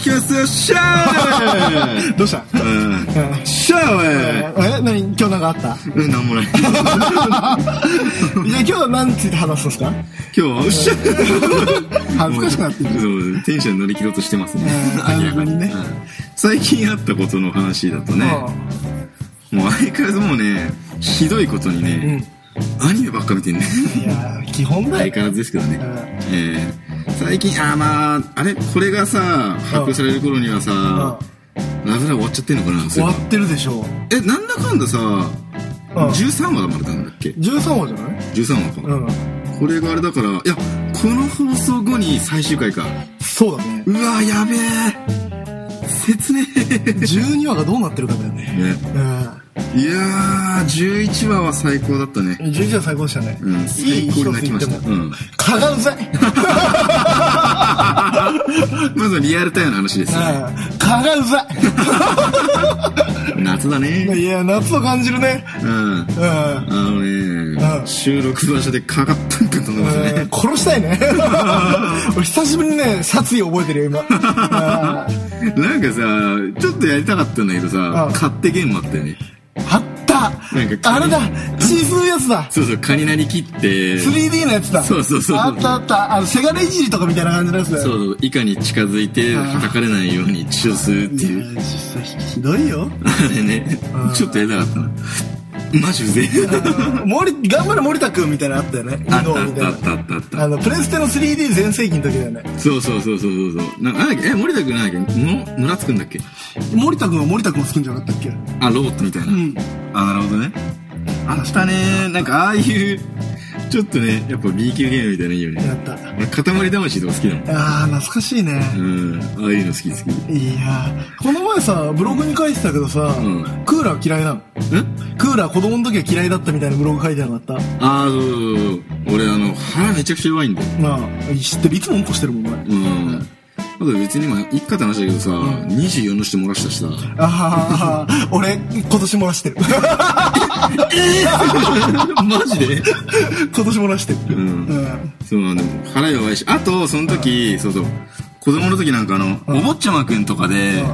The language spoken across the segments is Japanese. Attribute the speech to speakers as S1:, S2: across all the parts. S1: きますよシャー
S2: どうした
S1: うんシャーウェ
S2: え何今日なんかあった
S1: イうんなんもない
S2: じゃあ今日は何について話すんですか
S1: 今日はおっしゃ
S2: 恥ずかしくなってる
S1: そうテンション乗り切ろうとしてますね
S2: うん
S1: 明らか
S2: 完全に
S1: にね
S2: ね
S1: うん最近あったことの話だとねもう相変わらずもうねひどいことにねアニメばっか見てんね
S2: うんいやー基本だ
S1: 相
S2: よ
S1: 変わらずですけどね
S2: うん
S1: えー最近あーまああれこれがさ発表される頃にはさラブラブ終わっちゃってんのかなそ
S2: 終
S1: うい
S2: わ
S1: えば
S2: ってるでしょう
S1: えなんだかんださ13話までなんだっけ
S2: 13号じゃない
S1: 13話
S2: う
S1: か、
S2: ん
S1: これがあれだからいやこの放送後に最終回か
S2: そうだね
S1: うわやべえ切ね
S2: 12話がどうなってるかだよ
S1: え
S2: ね
S1: ね
S2: うん
S1: いやー11話は最高だったね
S2: 11話最高でしたね
S1: うん
S2: いい
S1: 最
S2: 一
S1: 高
S2: つ
S1: に泣き
S2: 言
S1: ま
S2: って
S1: した
S2: も
S1: うん
S2: 蚊がうざい
S1: まずはリアルタイムの話ですよ
S2: うん蚊がうざ
S1: 夏だ
S2: い
S1: ね
S2: いや夏を感じるね
S1: うん
S2: うん
S1: あのね
S2: うん
S1: 収録場所でかかったんかと思います
S2: う
S1: ね
S2: ん 殺したいね俺久しぶりにね殺意覚えてるよ今 あ
S1: なんかさちょっとやりたかったんだけどさ
S2: うん
S1: 買ってゲームあったよねなん
S2: った
S1: か
S2: あれだ小さいやつだ
S1: そうそうカニなり切ってそ
S2: 3D のやつだ
S1: そうそうそう
S2: あったあったあのセガレいじりとかみたいな感じのやつだよ
S1: ういかに近づいて叩かれないように血を吸うって
S2: いや
S1: いう
S2: 実際ひどいよ
S1: あれね
S2: うん
S1: ちょっとやりたかったなマジうぜえ
S2: 森頑張れ森田君みたいなのあったよね
S1: あっ
S2: 運動
S1: たあ
S2: み
S1: った
S2: た
S1: あ
S2: い
S1: ったあったあった
S2: なあのプレステの 3D 全盛期の時だよね
S1: そうそうそうそうそうそう。ななんだっけえ、森田くんなんだっけむ村津くんだっけ
S2: 森田君は森田君好きんじゃなかったっけ
S1: あ、ロボットみたいな。
S2: うん
S1: あ、なるほどね。あしたね。なんかああいう、ちょっとね、やっぱ B 級ゲームみたいなのいいよ
S2: や
S1: ね。
S2: った
S1: 俺、塊魂とか好きなの。
S2: あー懐かしいね、
S1: うん。ああいうの好き好き。
S2: いやーこの前さブログに書いてたけどさ、
S1: ん
S2: クーラー嫌いなの
S1: ん
S2: クーラー子供の時は嫌いだったみたいなブログ書いてなかったな
S1: ああ、そうそうそう。俺、あの、腹めちゃくちゃ弱いんだよ。
S2: あ知ってるいつもうんこしてるもんお前
S1: うん。あと別に今、一家って話だけどさ、24の人漏らしたしさ、
S2: ああ俺今年漏ら してる
S1: マジで
S2: 今年漏らしてる
S1: うん
S2: うん
S1: そうなんだよ。腹弱いし。あと、その時、そうそう。子供の時なんかあの、お坊ちゃまくんとかで、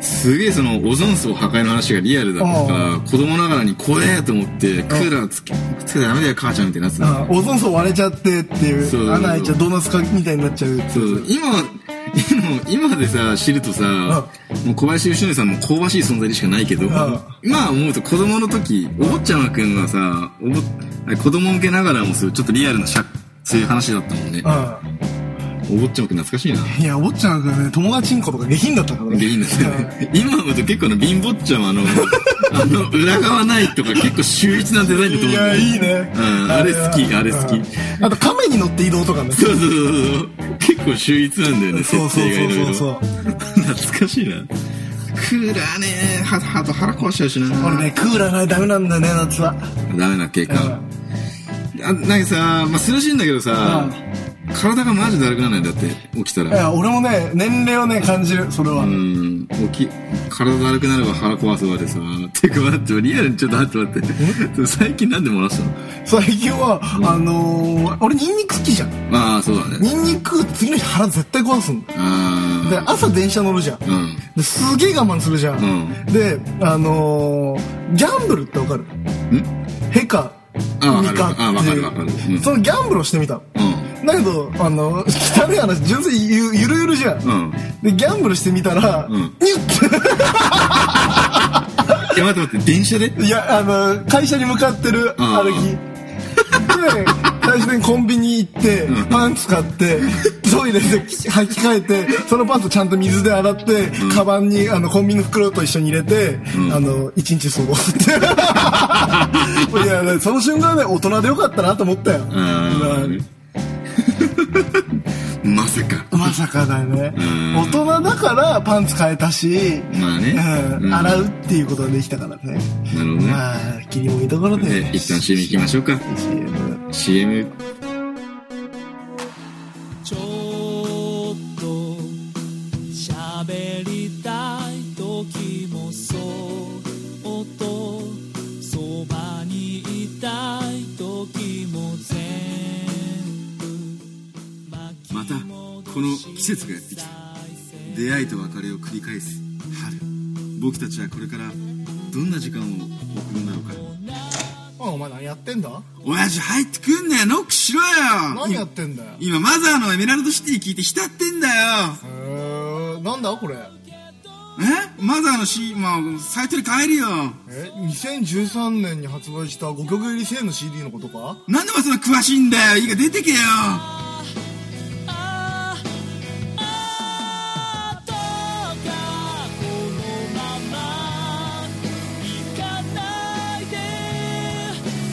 S1: すげえその、オゾン層破壊の話がリアルだとか、子供ながらに怖えと思って、クーラーつけ、つけたらダメだよ、母ちゃんみたいなやつだ。
S2: あオゾン層割れちゃってっていう
S1: そうそうそう
S2: 穴開いちゃうドーナツかみたいになっちゃう
S1: そうそう。今、今、今でさ、知るとさ、もう小林義則さんも香ばしい存在でしかないけど、今思うと子供の時、お坊ちゃまくんはさ、おぼ子供向けながらもそういうちょっとリアルなしゃ、そういう話だったもんね。
S2: う
S1: お坊ちゃまくん懐かしいな。
S2: んいやおっちゃんがね友達んことか下品だったからね
S1: でいいんですよね。今思うと結構の貧乏っちゃまの、あの、裏側ないとか結構秀逸なデザインだ
S2: い
S1: と思うんだ
S2: や
S1: よね。
S2: いいね
S1: うんあれ好きあれ好き
S2: うんあと亀に乗って移動とかね
S1: そうそうそうそう。結構秀逸なんだよね、
S2: そう
S1: 設
S2: そう
S1: 定が
S2: そ
S1: いうろい
S2: そう
S1: ろ。
S2: そう
S1: 懐かしいな。クーラーねは、はと腹壊しちゃうしな。
S2: 俺ねクーラーがダメなんだよね夏は
S1: ダメな経過。あなんかさ、まあ、涼しいんだけどさ、体がマジだるくならないんだって、起きた
S2: い
S1: ら。
S2: や俺もね年齢をね感じるそれは
S1: うん、起き、体だるくなれば腹壊すわでさ、てか待って、リアルにちょっと待って待って。最近なんで漏らしたの
S2: 最近はあのー俺ニンニク好きじゃん
S1: まあ、そうだね。
S2: ニンニク次の日腹絶対壊すの
S1: あ
S2: で
S1: ー
S2: 朝電車乗るじゃん
S1: うん。
S2: ですげえ我慢するじゃん、
S1: う
S2: であのーギャンブルってわかる
S1: ん
S2: ヘか
S1: あ
S2: ミか
S1: あ
S2: っていう
S1: わかるわかるわかるうん
S2: そのギャンブルをしてみたの
S1: うん。
S2: だけどあの汚い話純粋にゆゆるゆるじゃん、
S1: うん。
S2: でギャンブルしてみたら、
S1: うん
S2: ニュッ
S1: いや、待って待って、電車で
S2: ていやあの会社に向かってる
S1: うん
S2: 歩きで最初にコンビニ行って、
S1: うん
S2: パンツ買ってトイレで履き替えてそのパンツちゃんと水で洗って、カバンにあのコンビニの袋と一緒に入れて、あの一日過ごすっ ていういやねその瞬間ね大人でよかったなと思ったよ、
S1: あ
S2: うん
S1: ーまさか。
S2: まさかだよね
S1: うん
S2: 大人だからパンツ変えたし、
S1: まあね
S2: うん
S1: うん
S2: 洗うっていうことができたからね、
S1: なるほどね。
S2: まあ切りもいいところで、
S1: で、一旦 CM 行きましょうか。
S2: CM
S1: CM。
S3: ちょっと喋りたい時もそっとそばにいたい時も全部
S1: またこの季節がやってきた出会いと別れを繰り返す春僕たちはこれからどんな時間を送るんだろうか
S2: おいお前何やってんだ
S1: 親父入ってくんなよノックしろよ
S2: 何やってんだよ
S1: 今マザーのエメラルドシティ聞いて浸ってんだよ
S2: へーなんだこれ
S1: えマザーのシーン、まあ、サイトに変えるよ
S2: え2013年に発売した5曲入り1000の CD のことか
S1: なんでもそんな詳しいんだよいいから出てけよ
S3: ああどうかこのまま行かないで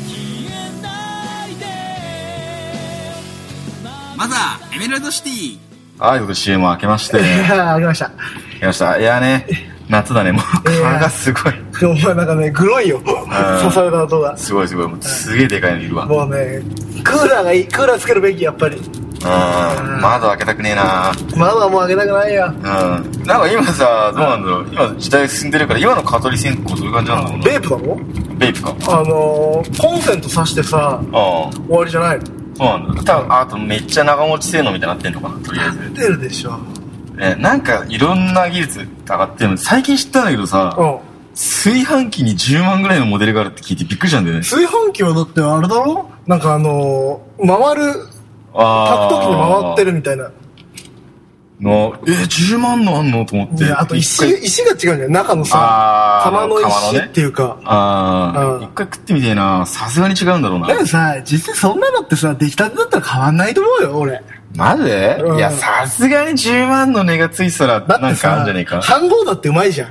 S3: 消えないで
S1: マザーエメラルドシティああいうこと CM 明けま して
S2: やありました
S1: 来ましたいやね夏だねもう
S2: いや
S1: 体すごい
S2: でもお前なんかねグロいよ刺された音が
S1: すごいすごいもうすげえでかいのいるわ
S2: もうねクーラーがいいクーラーつけるべきやっぱり
S1: うん窓開けたくねえな
S2: 窓はもう開けたくないよ
S1: うんなんか今さどうなんだろう今時代進んでるから今の蚊取り線香そういう感じなのかな
S2: ベープだろ
S1: ベイプか
S2: あのー、コンセント挿してさ
S1: ああ
S2: 終わりじゃないの
S1: そうなんだ多分あとめっちゃ長持ち性能みたいになってんのかなとりあえず
S2: 出るでしょ
S1: ねなんかいろんな技術上がってるの最近知ったんだけどさ
S2: うん
S1: 炊飯器に10万ぐらいのモデルがあるって聞いてびっくりしたんだよね
S2: 炊飯器はだってあれだろなんかあのー、回る炊
S1: あ
S2: く
S1: あ
S2: 時に回ってるみたいな
S1: のえ10万のあんのと思っ
S2: い
S1: て
S2: やあと石
S1: 一回
S2: 石が違うんじゃない中のさ
S1: あー
S2: 釜の
S1: 釜
S2: 石
S1: のね
S2: っていうか
S1: あ
S2: うん
S1: あ一回食ってみてえなさすがに違うんだろうな
S2: でもさ実際そんなのってさ出来たてだったら変わんないと思うよ俺
S1: マジで、
S2: うん
S1: いや、さすがに10万の値がついてたら、
S2: だっ
S1: な
S2: て
S1: んかある
S2: さ
S1: んじゃねえか。
S2: 飯盒だってうまいじゃん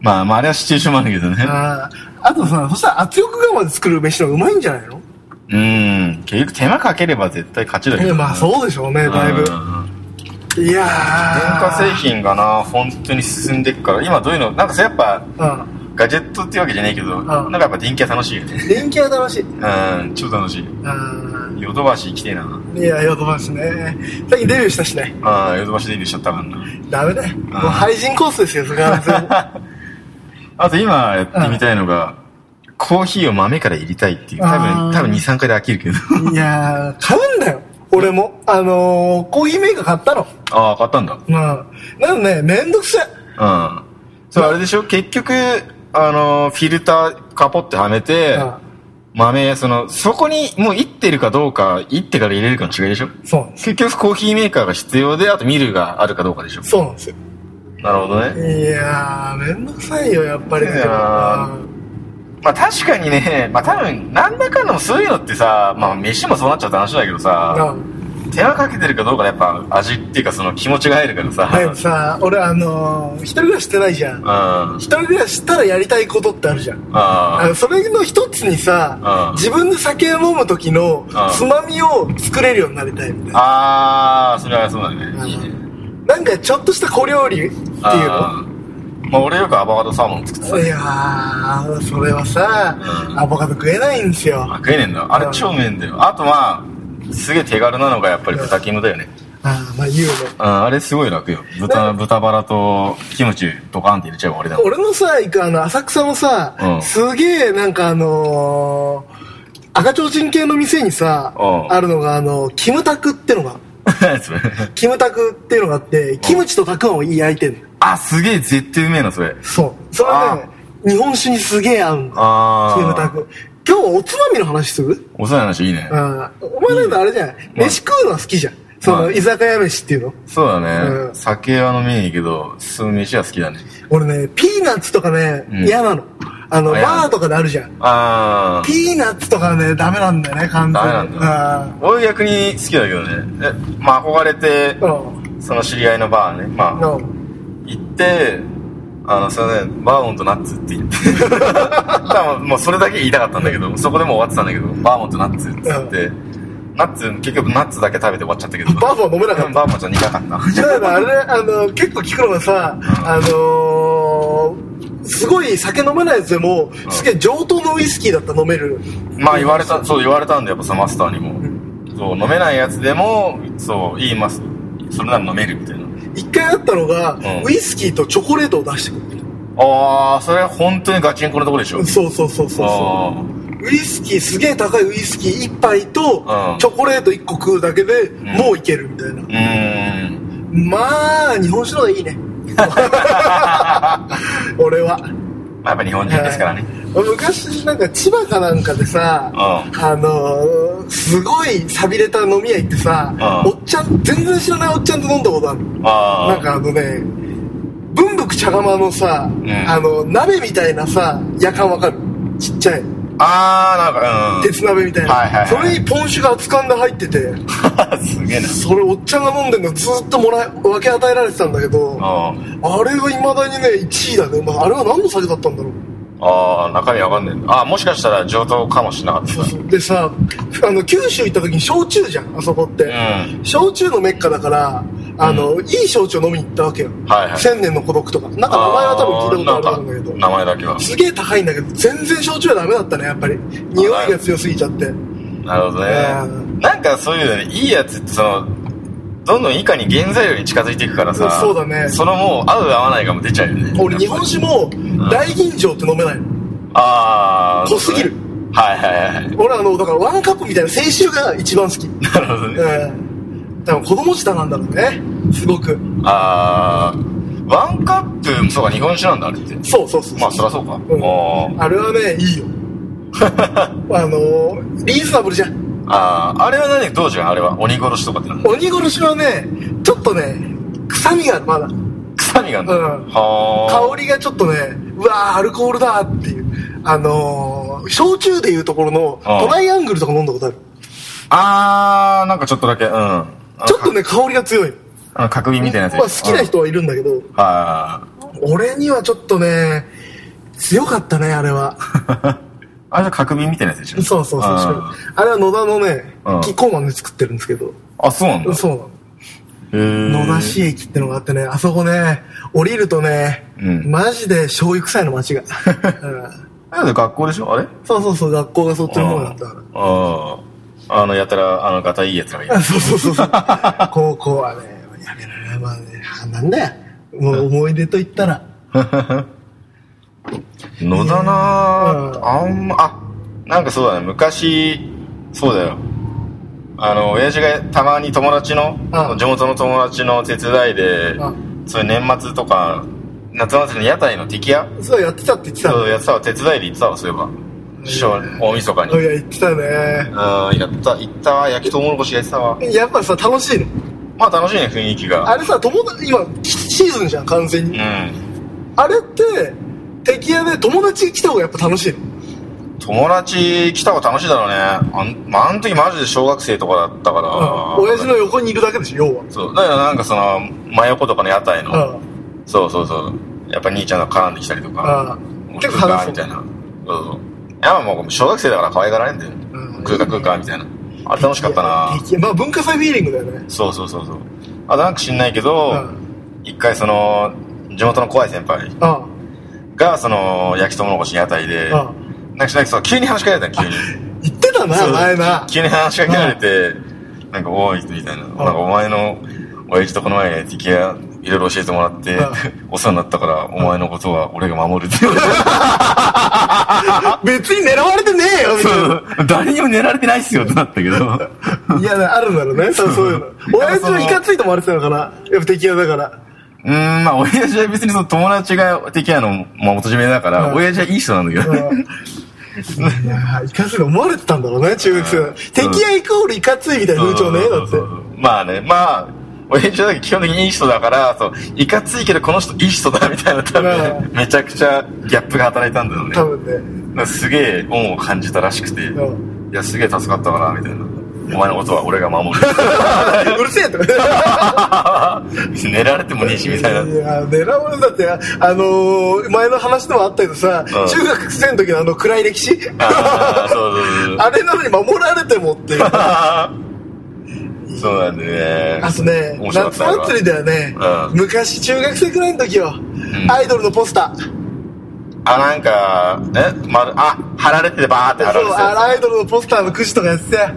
S1: まあまあ、あれはシチュエーションもあるけどね。
S2: あーあとさそしたら圧力釜で作る飯の方がうまいんじゃないの
S1: うん。結局手間かければ絶対勝ちだけ
S2: い
S1: ど
S2: や
S1: ね。
S2: まあそうでしょうねだいぶ
S1: うん
S2: いや
S1: 電化製
S2: ー
S1: 品がな、本当に進んでっから、今どういうの、なんかさ、やっぱ、
S2: うん
S1: ガジェットっていうわけじゃねえけど、なんかやっぱ電気は楽しいよね。
S2: 電気は楽しい
S1: うん、超楽しい。
S2: あー
S1: ヨドバシ行きてえな。
S2: いやヨドバシね最近デビューしたしね
S1: ああ、ヨドバシデビューしちゃったからな。
S2: ダメだよもう廃人コースですよそれは完全
S1: あと今やってみたいのが、コーヒーを豆から入りたいっていう。多
S2: あー
S1: 分、多分2、3回で飽きるけど。
S2: にいやー買うんだよ俺もあのー、コーヒーメーカー買ったの
S1: ああ、買ったんだ。
S2: まあなのねめんどくせえ
S1: うん。そう、あれでしょ結局、あの、フィルターカポってはめて、豆、その、そこにもういってるかどうか、いってから入れるかの違いでしょ
S2: そうなんです
S1: 結局コーヒーメーカーが必要で、あとミルがあるかどうかでしょ
S2: そうなんですよ
S1: なるほどね。
S2: いやーめんどくさいよやっぱり
S1: いやまあ確かにね、まあ多分、なんだかんだもそういうのってさ、まあ飯もそうなっちゃった話だけどさ、
S2: うん
S1: 手間かけてるかどうかでやっぱ味っていうかその気持ちが入るからさ、
S2: でもさ俺あのー、一人暮らししてないじゃん
S1: うん。
S2: 一人暮らししたらやりたいことってあるじゃんあ
S1: あ
S2: のそれの一つにさ
S1: うん
S2: 自分で酒を飲む時の
S1: ん
S2: つまみを作れるようになりたいみたいな
S1: あー、それはそうだ
S2: うん
S1: ね。いいね。
S2: なんかちょっとした小料理っていうの
S1: あーまあ俺よくアボカドサーモン作ってた
S2: いやーそれはさ
S1: うん
S2: アボカド食えないんですよ
S1: あ食えねえんだあれ超うめえんだよあとまあすげえ手軽なのがやっぱり豚キムだよね
S2: あーまあ言うの
S1: ああれすごい楽よ 豚豚バラとキムチドカンって入れちゃう俺だもん
S2: 俺のさ、行くあの、浅草のさ、
S1: うん
S2: すげえ、なんかあのー赤ちょうちん系の店にさ、
S1: うん
S2: あるのが、あの、キムタクってのが、
S1: 何それ
S2: キムタクっていうのがあって、キムチとたくあんを焼いてんの。
S1: あすげえ絶対うめえなそれ
S2: そう。それはね、日本酒にすげえ合うの。
S1: あ
S2: キムタ
S1: あ
S2: ク。今日おつまみの話する
S1: おさない話いいね
S2: あーお前なんかあれじゃない、
S1: うん
S2: 飯食うのは好きじゃん。そ
S1: ま
S2: の、
S1: あ
S2: 居酒屋飯っていうの。
S1: そうだね、
S2: うん
S1: 酒は飲めねえけどすむ飯は好きだね
S2: 俺ね、ピーナッツとかね、
S1: うん
S2: 嫌なの。あの、
S1: あ嫌なの
S2: バーとかであるじゃん。
S1: ああ
S2: ピーナッツとかね、ダメなんだよね、完全に。
S1: ダメなん俺逆に好きだけどねえまあ憧れて
S2: だ。うん。
S1: その知り合いのバーねまあ
S2: うん。
S1: 行って、あの、すいません、バーモントナッツって言って。 多分もうそれだけ言いたかったんだけど、そこでもう終わってたんだけど、バーモントナッツって言って、ナッツ、結局ナッツだけ食べて終わっちゃったけど。
S2: バーモント飲めなかった
S1: うんバーモントは苦かった。
S2: だからあれ、あの、結構聞くのがさ、あのー、すごい酒飲めないやつでも、すげえ上等のウイスキーだったら飲める。
S1: まあ言われた、そう言われたんで、やっぱさ、マスターにも。そう、飲めないやつでも、そう、いいマス、それなら飲めるみたいな。
S2: 一回あったのが、
S1: ん
S2: ウイスキーとチョコレートを出してく
S1: あー、それは本当にガチンコのところでしょ。
S2: る。そうそうそうそうそ
S1: あー
S2: う。ウイスキー、すげえ高いウイスキー一杯と
S1: う、ん
S2: チョコレート一個食うだけで、もういけるみたいな。
S1: うーん。
S2: まあ、日本酒の方が いいね。俺は。
S1: まあ、やっぱ日本人ですからね。
S2: はい昔なんか千葉かなんかでさ、
S1: うん
S2: あのーすごい寂れた飲み屋行ってさ、
S1: うん
S2: おっちゃん全然知らないおっちゃんと飲んだことある
S1: ああ。
S2: なんかあのね文福茶釜のさ、
S1: ね
S2: あの鍋みたいなさやかんわかるちっちゃい
S1: ああ、なん
S2: 鉄鍋みたいな、
S1: はいはいはい
S2: それにポン酒が熱燗で入ってて
S1: か、うん。 すげえな。
S2: それおっちゃんが飲んでんのずっともらい分け与えられてたんだけど、
S1: うん。
S2: あれがいまだにね1位だね、まあ、あれは何の酒だったんだろう
S1: ああ、中身わかんねえんだ。ああ、もしかしたら上等かもしれなかった
S2: そうそう でさあの九州行った時に焼酎じゃんあそこって、
S1: な。うん。
S2: 焼酎のメッカだからあの、いい焼酎を飲みに行ったわけよ、
S1: はいはい
S2: 千年の孤独とかなんか名前は多分聞いたことあると思うんだけ
S1: あーな
S2: ど
S1: んか名前だけは。
S2: すげえ高いんだけど全然焼酎はダメだったねやっぱり匂いが強すぎちゃって
S1: なるほど
S2: う
S1: ね。なんかそういうのね、いいやつってその、どんどん以下に原材料に近づいていくからさ、
S2: そうだね
S1: そのもう合う合わないかも出ちゃうよね。
S2: 俺日本酒も大吟醸って飲めないの
S1: ああ。
S2: 濃すぎる。
S1: はいはいはいはい。
S2: 俺あのだからワンカップみたいな清酒が一番 好きうん
S1: なるほどね。
S2: 多分子供舌なんだろうねすごく
S1: あー、ワンカップ、そうか、日本酒なんだ、あれって。
S2: そうそうそう
S1: まあ、そりゃそうか。
S2: うん
S1: もう
S2: あれはねいいよあのリーズナブルじゃん
S1: あー、あれは何、どうじゃん、あれは。鬼殺しとかってなんだ。
S2: 鬼殺しはねちょっとね臭みがあるまだ
S1: 臭みがあるんだ。
S2: うん
S1: は
S2: 香りがちょっとねうわーアルコールだーっていうあのー、焼酎でいうところの
S1: ああ
S2: トライアングルとか飲んだことある
S1: あ。あー、なんかちょっとだけ、うん。あの
S2: ちょっとね香りが強い
S1: あの角瓶みたいなやつ。
S2: まあ好きな人はいるんだけど
S1: うん。は
S2: 俺にはちょっとね強かったねあれ は
S1: い。あれじゃ角瓶みたいなやつでしょ
S2: そうそうそう
S1: あ
S2: あれは野田のね
S1: うん
S2: キッコーマンで作ってるんですけど
S1: ーあ、そうなんだ。
S2: そうなの
S1: へー
S2: 野田市駅ってのがあってねあそこね降りるとね、
S1: うん
S2: マジで醤油臭いの街 が、うん
S1: あれ学校でしょあれ
S2: そうそうそう、学校がそっちの方だったから。
S1: あー。あの、やたら、あの、ガタいいやつらがいる
S2: あ。そうそうそうそう。高校はね、やめられない。まあね、あなんだよ。もう思い出と言ったら。
S1: 野田な
S2: う
S1: ぁ
S2: ん
S1: あんまあなんかそうだね昔そうだよあの親父がたまに友達の
S2: うん
S1: 地元の友達の手伝いで
S2: あ
S1: そういう年末とか夏祭りの屋台の敵屋
S2: そうやってたって言ってた
S1: そう
S2: の。
S1: やってたわ手伝いで行ってたわそういえば師匠大晦日に
S2: いや、言ってた
S1: う
S2: ね
S1: ん。やった行ったわ焼きとうもろこしやってたわ
S2: やっぱさ、楽しいの。
S1: まあ楽しいね雰囲気が
S2: あれさ、友達、今、シーズンじゃん、完全
S1: う
S2: に。
S1: ん
S2: あれって、敵屋で友達来た方がやっぱ楽しいの。
S1: 友達来た方が楽しいだろうねあん,、まあ、あの時マジで小学生とかだったから、
S2: うん親父の横にいるだけでしょ、要は。
S1: そう。だからなんかその、真横とかの屋台の、
S2: うん
S1: そうそうそう。やっぱ兄ちゃんが絡んできたりとか、
S2: うん
S1: 食
S2: 結
S1: う
S2: 構楽し
S1: か
S2: い
S1: みたいな。そうそう。いや、もう小学生だから可愛がられんだよ。
S2: うん
S1: 食うか食うかみたいな。あれ楽しかったな。
S2: 敵屋まあ、文化祭フィーリングだよね。
S1: そうそうそうそう。あとなんか知んないけど
S2: う、
S1: 一回その、地元の怖い先輩
S2: あ
S1: が、その、焼きとうもろこし屋台で、
S2: あ
S1: なんかしないけど、急に話しかけられた の、急に。
S2: 言ってた
S1: そ
S2: な、
S1: う
S2: 前な。
S1: 急に話しかけられて、なんか、おい、みたいな。なんか、お前の、親父とこの前、敵や、いろいろ教えてもらって
S2: うん、
S1: お世話になったから、お前のことは俺が守る って。
S2: 別に狙われてねえよ、みたいな。
S1: 誰にも狙われてないっすよ、ってなったけど。
S2: いや、あるんだろうね、そうそういうの。親父
S1: その
S2: はいかついと思われてたのかな。やっぱ敵屋だから。
S1: うーん、まあ、親父は別にその友達が敵やの、まあ、元締めだから、
S2: うん
S1: 親父はいい人なんだけど。
S2: いや、いかついと思われてたんだろうね、中学生。敵屋イコールいかついみたいな風潮ね、だって
S1: そうそう。そうまあね、まあ、親父は基本的にいい人だから、そう、いかついけどこの人いい人だ、みたいな、多分、
S2: う
S1: めちゃくちゃギャップが働いたんだよね。
S2: 多分ね。
S1: なんかすげえ恩を感じたらしくて、
S2: う
S1: いや、すげえ助かったかな、みたいな。お前のことは俺が守る。
S2: うるせえとかね。
S1: 寝られてもねえし、みたい
S2: い
S1: な。
S2: や、狙われたって、あのー、前の話でもあったけどさ、
S1: ん
S2: 中学生の時のあの暗い歴史
S1: あー そうそうそう。
S2: あれなのに守られてもっていう。
S1: そうなんでね。
S2: あとね、
S1: 面白かっ
S2: 夏
S1: たよ
S2: 祭りだよね、
S1: うん
S2: 昔中学生くらいの時よ、アイドルのポスター。
S1: あ、なんか、え、まる、あ、貼られててばーって貼ら
S2: そう、あのア
S1: れて
S2: イドルのポスターのくじとかやってたよ
S1: た。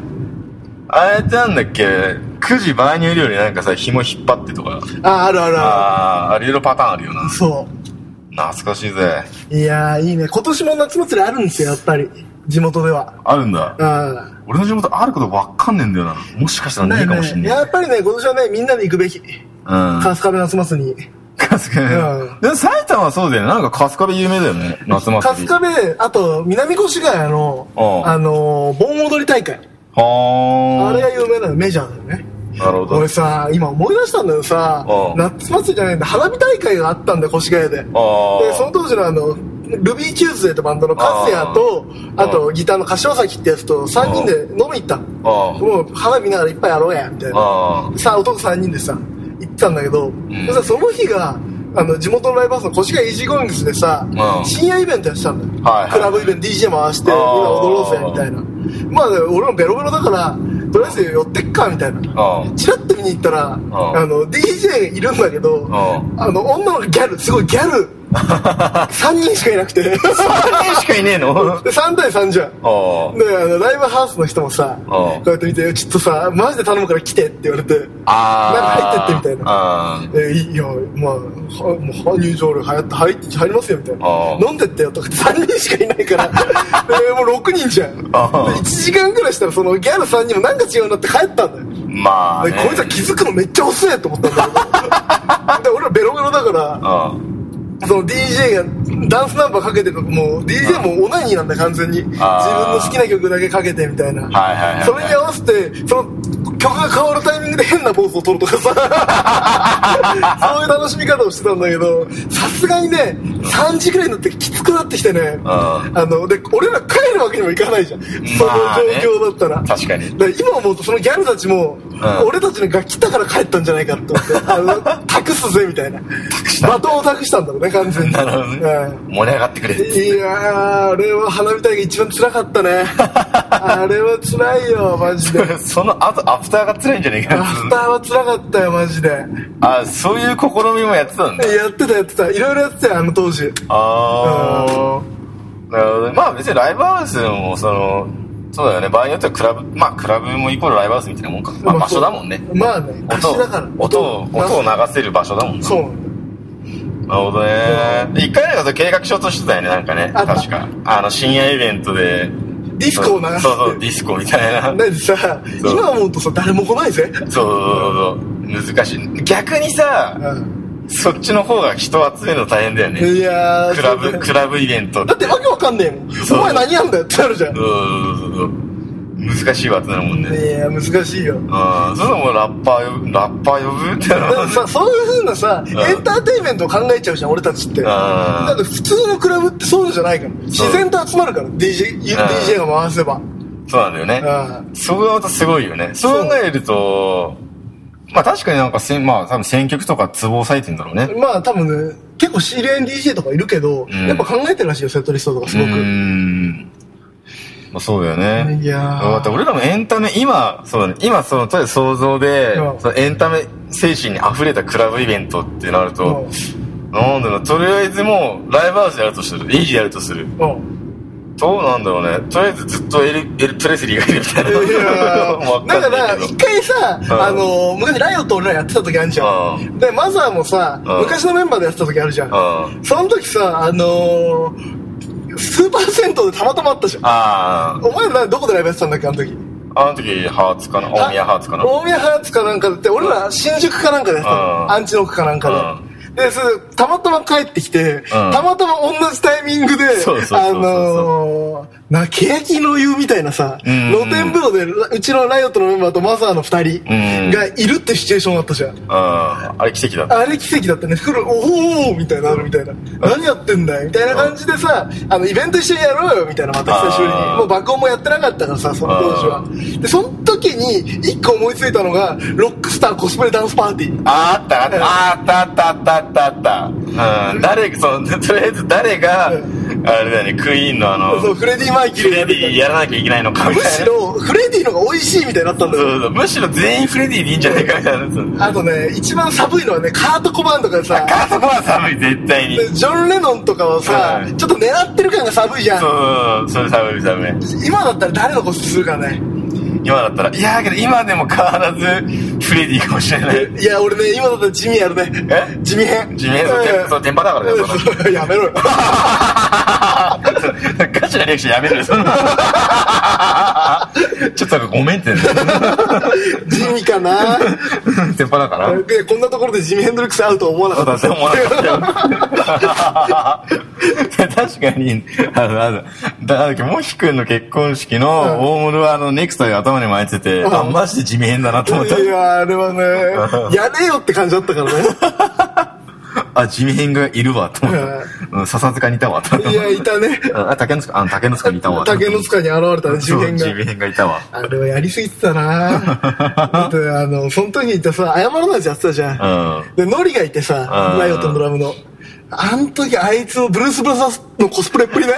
S1: あれってなんだっけ、9時場合によるよりなんかさ、紐引っ張ってとか。
S2: あ、あるあるあ
S1: あー、あれいろいろパターンあるよな
S2: る。。そ
S1: 懐かしいぜ。
S2: う。いやー、いいね。今年も夏祭りあるんですよ、やっぱり。地元では。
S1: あるんだ。
S2: うん。
S1: 俺の地元あることわかんねえんだよな。もしかしたらねえかもしんねえ。
S2: やっぱりね、今年はね、みんなで行くべき。
S1: うん。
S2: カスカベ夏祭りに。
S1: 春日
S2: うん
S1: 部。でも埼玉はそうだよね。なんか春日部有名だよね。夏祭り。
S2: 春日部、あと、南越谷の、
S1: ああ
S2: あのー、盆踊り大会。
S1: はー
S2: あれが有名なの、メジャーだよね。
S1: なるほど。
S2: 俺さ、今思い出したんだよさ
S1: ああ、
S2: 夏祭りじゃないんだ、花火大会があったんだよ、越谷で。で、
S1: ああ。
S2: その当時のあの、ルビーチューズデーってバンドのカスヤと、
S1: ああ
S2: あとギターの柏崎ってやつと3人で飲み行ったの
S1: あ
S2: もう花火見ながらいっぱいやろうや、みたい
S1: あ。
S2: な。
S1: ああ。
S2: さあ、男3人でさ、行ってたんだけど、そしたらその日が、あの、地元のライブハウスの越谷イージーゴイングスでさ
S1: う、ん
S2: 深夜イベントやってたんだよ。
S1: はいはい
S2: クラブイベント DJ 回して、
S1: あ
S2: み
S1: ー
S2: んな踊ろうぜ、みたいな。まあ、俺もベロベロだから、とりあえず寄ってっか、みたいな。
S1: あ
S2: チラッと見に行ったら、あの、DJ いるんだけど、
S1: あ。
S2: あの、女の子ギャル、すごいギャ ル、3人しかいなくて、で
S1: 3人しかいねえのあ
S2: 3対3じゃん。
S1: あ。
S2: で、あの、ライブハウスの人もさ、こうやって見て、ちょっとさ、マジで頼むから来てって言われて、
S1: ああ。
S2: なんか入ってってみたいな
S1: ああ。
S2: えいいや、まあ、はもう入場料流行って入って入りますよみたい
S1: あ
S2: な
S1: ー
S2: 飲んでってよとか3人しかいない からでもう6人じゃんで
S1: あー
S2: 1時間ぐらいしたらそのギャル3人もなんか違うなって帰ったんだよ
S1: まあ、
S2: で
S1: ね。
S2: こいつは気づくのめっちゃ遅えと思ったんだ けどで俺らベロベロだか
S1: ああ。
S2: らその DJ がダンスナンバーかけてるもう DJ もオナニーなんだよ完全に自分の
S1: あー
S2: 好きな曲だけかけてみたいな
S1: はいはいはい。
S2: それに合わせてその曲が変わるタイミングで変なポーズを取るとか さそういう楽しみ方をしてたんだけどさすがにね3時ぐらいになってきつくなってきてね
S1: あ
S2: あので俺ら帰るわけにもいかないじゃん、
S1: まあね
S2: その状況だったら
S1: 確かに
S2: だら今思うとそのギャルたちも、
S1: ん
S2: 俺たちが来たから帰ったんじゃないかと思ってあの託すぜみたいなバトンを託したんだろうね完全に
S1: なるほどね
S2: うん
S1: 盛り上がってくれ。
S2: いやー、あれは花火大会一番辛かった ね。あれは辛いよ、マジで。
S1: その後、アフターが辛いんじゃねえか
S2: アフターは辛かったよ、マジで。
S1: ああ、そういう試みもやってたんだ。
S2: やってた、やってた。いろいろやってたよ、あの当時。
S1: ああ。なるほどね。まあ別にライブハウスも、その、そうだよね。場合によってはクラブ、まあクラブもイコールライブハウスみたいなもんか。まあ場所だもんね。
S2: まあね、
S1: 音
S2: 貸し
S1: を
S2: だから。
S1: 音を、音を流せる場所だもんな。
S2: そうなの。
S1: なるほどね。一回なんか計画しようとしてたよね、なんかね。
S2: あった
S1: 確か。あの、深夜イベントで。
S2: ディスコを流すって
S1: そうそう、ディスコみたいな。
S2: だってさ、
S1: そう
S2: 今思うとさ、誰も来ないぜ。
S1: そうそうそうそう。難しい。逆にさ、
S2: うん
S1: そっちの方が人集めるの大変だよね。
S2: いやー、
S1: クラ
S2: そう
S1: ブ、
S2: だね
S1: クラブイベント。
S2: だってわけわかんねえも。
S1: そうん
S2: お前何やんだよってなるじゃん。い
S1: そうそうそうそう。難しいわってなるもんね。
S2: やー、難しいよ。
S1: うん。それともラッパー呼ぶ、ラッパー呼ぶってな
S2: だから
S1: る。
S2: さ、そういう風なさ、エ
S1: ん
S2: ンターテインメントを考えちゃうじゃん、俺たちって。
S1: あー
S2: だって普通のクラブってそうじゃないから。自然と集まるから、DJ、DJ が回せば。
S1: そうなんだよね。
S2: うん
S1: そこがまたすごいよね。そう考えると、まあ確かになんかせん、まあ多分選曲とか都合されてんだろうね。
S2: まあ多分ね、結構知り合いの DJ とかいるけど、
S1: ん
S2: やっぱ考えてるらしいよ、セットリストとかす
S1: う
S2: ご
S1: ー
S2: く。
S1: ん。まあそうだよね。
S2: いやー
S1: だって俺らもエンタメ、今、そうだね。今、その、とりあえず想像で、
S2: うん
S1: そのエンタメ精神に溢れたクラブイベントってなると、なんだろう、とりあえずもう、ライブハウスやるとする。イージーやるとする。
S2: うん うん
S1: どうなんだろうね。とりあえずずっとエル、エルプレスリーがいるみたいな。
S2: いや
S1: もう
S2: だから、
S1: わんないけ
S2: 一
S1: ど
S2: 回さ、
S1: ん
S2: あの、昔ライオット俺らやってた時あるじゃ。
S1: うん
S2: で、マザーもさ、
S1: うん
S2: 昔のメンバーでやってた時あるじゃん。
S1: うん。
S2: その時さ、あのー、スーパー銭湯でたまたまあったじゃん。
S1: あ
S2: お前らどこでライブやってたんだっけ、あの時。
S1: あ、あの時、ハーツかな。大宮ハーツかな。
S2: 大宮ハーツかなんかだって、俺ら新宿かなんかでやってた
S1: うん
S2: の、アンチノックかなんかで。で、それたまたま帰ってきて、たまたま同じタイミングで、
S1: そうそうそうそう
S2: あのー、な、欅の湯みたいなさ、
S1: ん
S2: 露天風呂で、うちのライオットのメンバーとマザーの二人
S1: うん
S2: がいるってシチュエーションだったじゃん。
S1: うん。あれ奇跡だった。
S2: あれ奇跡だったね。 来る、おおーみたいなるみたいな。何やってんだいみたいな感じでさ、あの、イベント一緒にやろうよみたいな、また久しぶりに
S1: あー。
S2: もう爆音もやってなかったからさ、その当時
S1: あ
S2: は。で、その時に、一個思いついたのが、ロックスターコスプレダンスパーティー。
S1: ああったあったあったあったあったあったあった。うん。誰、その、とりあえず誰が、あれ
S2: う
S1: だよね、クイーンのあ
S2: そう、
S1: の、
S2: フレディ・マイキ
S1: フ
S2: ル。
S1: レディやらなきゃいけないのかみ
S2: む
S1: たい
S2: し
S1: な。
S2: ろ、フレディの方が美味しいみたいになったんだ
S1: そう
S2: よ。
S1: そうむしろ全員フレディでいいんじゃないかみたいな。そう
S2: あとね、一番寒いのはね、カート・コバーンとかでさ、
S1: あそこは寒い、絶対に。
S2: でジョン・レノンとかはさ
S1: は、い
S2: ちょっと狙ってる感が寒いじゃ
S1: そ
S2: ん。
S1: う、それ寒い寒い。
S2: 今だったら誰のコスプレするかね。
S1: 今だったら、いやーけど今でも変わらず、フレディかもしれない。
S2: いや、俺ね、今だったら地味やるね。
S1: え
S2: 地味編。
S1: 地味編そう
S2: うん
S1: そう天パだからね
S2: うん
S1: そ
S2: やめろ よ。
S1: ガチなリアクションやめるよ、その。ちょっとなんかごめんってね。
S2: 地味かな
S1: 先輩だから。
S2: なんかこんなところでジミヘンドリックス会うと思わなかった
S1: そう思わなかったよ確かに、あの、あの、だだけど、モヒ君の結婚式の大物は、あの、ネクタイを頭に巻いてて、あ、マジで地味変だなと思った
S2: い。や、あれ はね、やれよって感じだったからね。
S1: あ、地味変がいるわ、と思った。うん、笹塚にいたわ、と思っ
S2: いや、いたね。
S1: た。あ、竹の塚、あ、竹の塚にいたわ。
S2: 竹の塚に現れたね、地
S1: そう
S2: 味編
S1: 地
S2: が。
S1: 味変がいたわ。
S2: あれはやりすぎてたなだって、あの、その時にいてさ、謝らないやつやってたじゃん。
S1: うん
S2: で、ノリがいてさ
S1: う、ん
S2: ライオットのドラムの。あん時あいつのブルース・ブラザースのコスプレっぷり ね。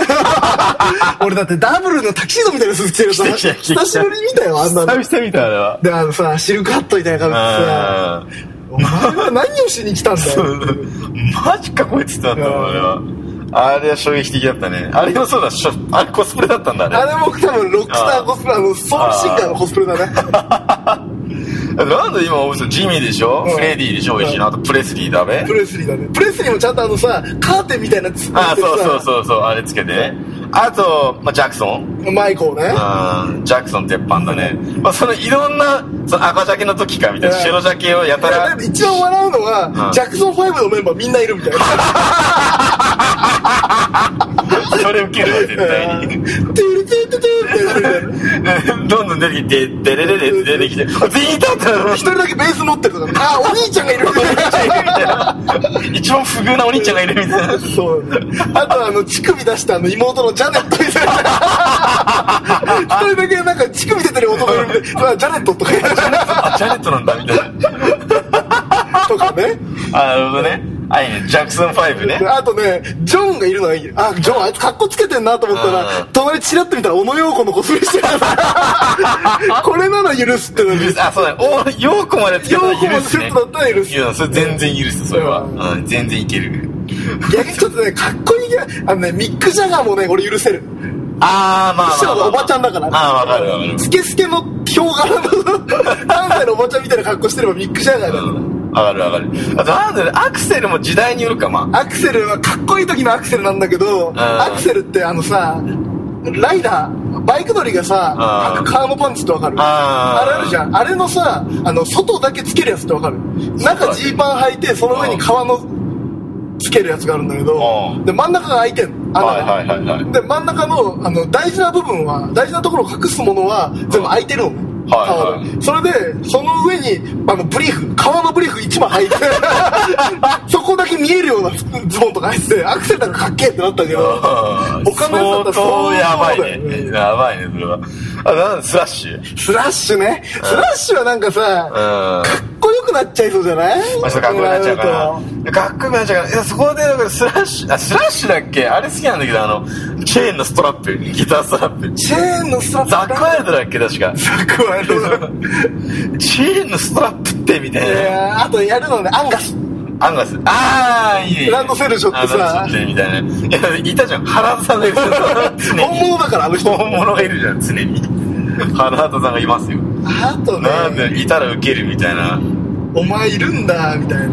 S2: 俺だってダブルのタキシードみたいなスーツ着てるさ、
S1: た着てた着てた
S2: 久しぶりに見たよ、あんなの。
S1: 久々見た、あれは。
S2: で、あのさ、シルクハットみたいな感
S1: うん
S2: じでさ、お前は何をしに来たんだよ。
S1: マジかこいつってなったもんあれはあれは衝撃的だったねあれもそうだしょあれコスプレだったんだね
S2: あれも多分ロックスターコスプレ、あの、ソウルシンガーのコスプレだね。
S1: なんで今思うジミーでしょ、
S2: うん
S1: フレディでしょ、美味しいのあとプレスリーだべ
S2: プレスリーだね。プレスリーもちゃんとあのさ、カーテンみたいなつ
S1: ああそうそう
S2: う
S1: そうそうあれつけてねあと、まあ、ジャクソン。
S2: そう。マイコをね。
S1: うんジャクソン鉄板だね。まあ、そのいろんな、その赤ジャケの時かみたいな、
S2: うん
S1: 白ジャケをやた
S2: いや
S1: ら
S2: だっ、て一番笑うのは、
S1: ん
S2: ジャクソン5のメンバーみんないるみたいな。
S1: それ受けるわ、絶対
S2: ト
S1: に。
S2: ゥルトゥルトゥルってなるみたいな。
S1: どんどん出てきて、デレレレって出てきて、あ全員いたってなる
S2: 一人だけベース持ってるとかね、あ、お兄ちゃんがいるみたいな。
S1: 一番不遇なお 兄ちゃんがいるみたいな。
S2: そうだね。あとあの、乳首出したあの妹のジャネットみたいな。一人だけなんか乳首出てる男いるみたいな。まあジャネットとか言う
S1: あ、ジャネットなんだ、みたいな。
S2: とかね。
S1: あ、なるほどね。あ、いいね。ジャクソン5ね
S2: で。あとね、ジョンがいるのはいいよ。あ、ジョンあいつ格好つけてんなと思ったら
S1: う、ん
S2: 隣チラッと見たら小野洋子のコスプレしてる。これなら許すってのに。
S1: あ、そうだね。お、ヨーコまでつけたら許す
S2: ヨーコ
S1: ね。
S2: までセットだったら許す
S1: いや、それ全然許す、それは。
S2: う
S1: うん、全然いける。
S2: 逆にちょっとね、かっこいいけどあのね、ミック・ジャガーもね、俺許せる。
S1: あー、まあまあまあ。
S2: 師匠がおばちゃんだから。
S1: あー、わかるわかる。
S2: スケスケのヒョウ柄 の関西のおばちゃんみたいな格好してればミック・ジャガーだ
S1: う
S2: よ。
S1: んわかるわかる。あと、なんだろうね、アクセルも時代によるか、ま
S2: アクセルはかっこいい時のアクセルなんだけど、
S1: ん
S2: アクセルってあのさ、ライダー、バイク乗りがさ、
S1: うん
S2: 履くカーモパンツってわかる
S1: あ
S2: あ
S1: ー
S2: れあるじゃん。あれのさ、あの、外だけつけるやつってわかる中ジーパン履いて、その上に革のつけるやつがあるんだけど
S1: う、ん
S2: で、真ん中が開いてんの。
S1: あ。
S2: 穴が
S1: はいはいはいはい。
S2: で真ん中のあの大事な部分は大事なところを隠すものは全部空いてるの、
S1: はいはい
S2: タオルそれでその上にあのブリーフ革のブリーフ1枚履いて そこだけ見えるようなズボンとか入っててアクセルなんかかっけえってなったけど他のやつだっ
S1: 相
S2: たら
S1: 当やばい
S2: そうだよ
S1: ね。やばいね、それは。あ、なんだスラッシュ
S2: スラッシュねスラッシュはなんかさ、
S1: うん。
S2: か
S1: ま
S2: っこよくなっちゃいそうじゃない
S1: あ、そうかっこよくなっちゃうか
S2: と
S1: ら。かっこよくなっちゃうから。いや、そこで、なんかスラッシュ、あ、スラッシュだっけあれ好きなんだけど、あの、チェーンのストラップ、ギターストラップ。
S2: チェーンのストラップ
S1: ザックワイルドだっけ確か。
S2: ザックワイルド
S1: チェーンのストラップってみた
S2: い
S1: いな。
S2: やーあとやるのねアンガス
S1: アンガス。あー、いいね。
S2: ランドセルしょってさ
S1: ランドセルみたいな。いや、いたじゃん。原田さんがいる。常
S2: 本
S1: に
S2: 物だからあの人
S1: 本物がいるじゃん、常に。原田さんがいますよ。
S2: あとね
S1: なんで、いたらウケるみたいな。
S2: お前いるんだみたいな、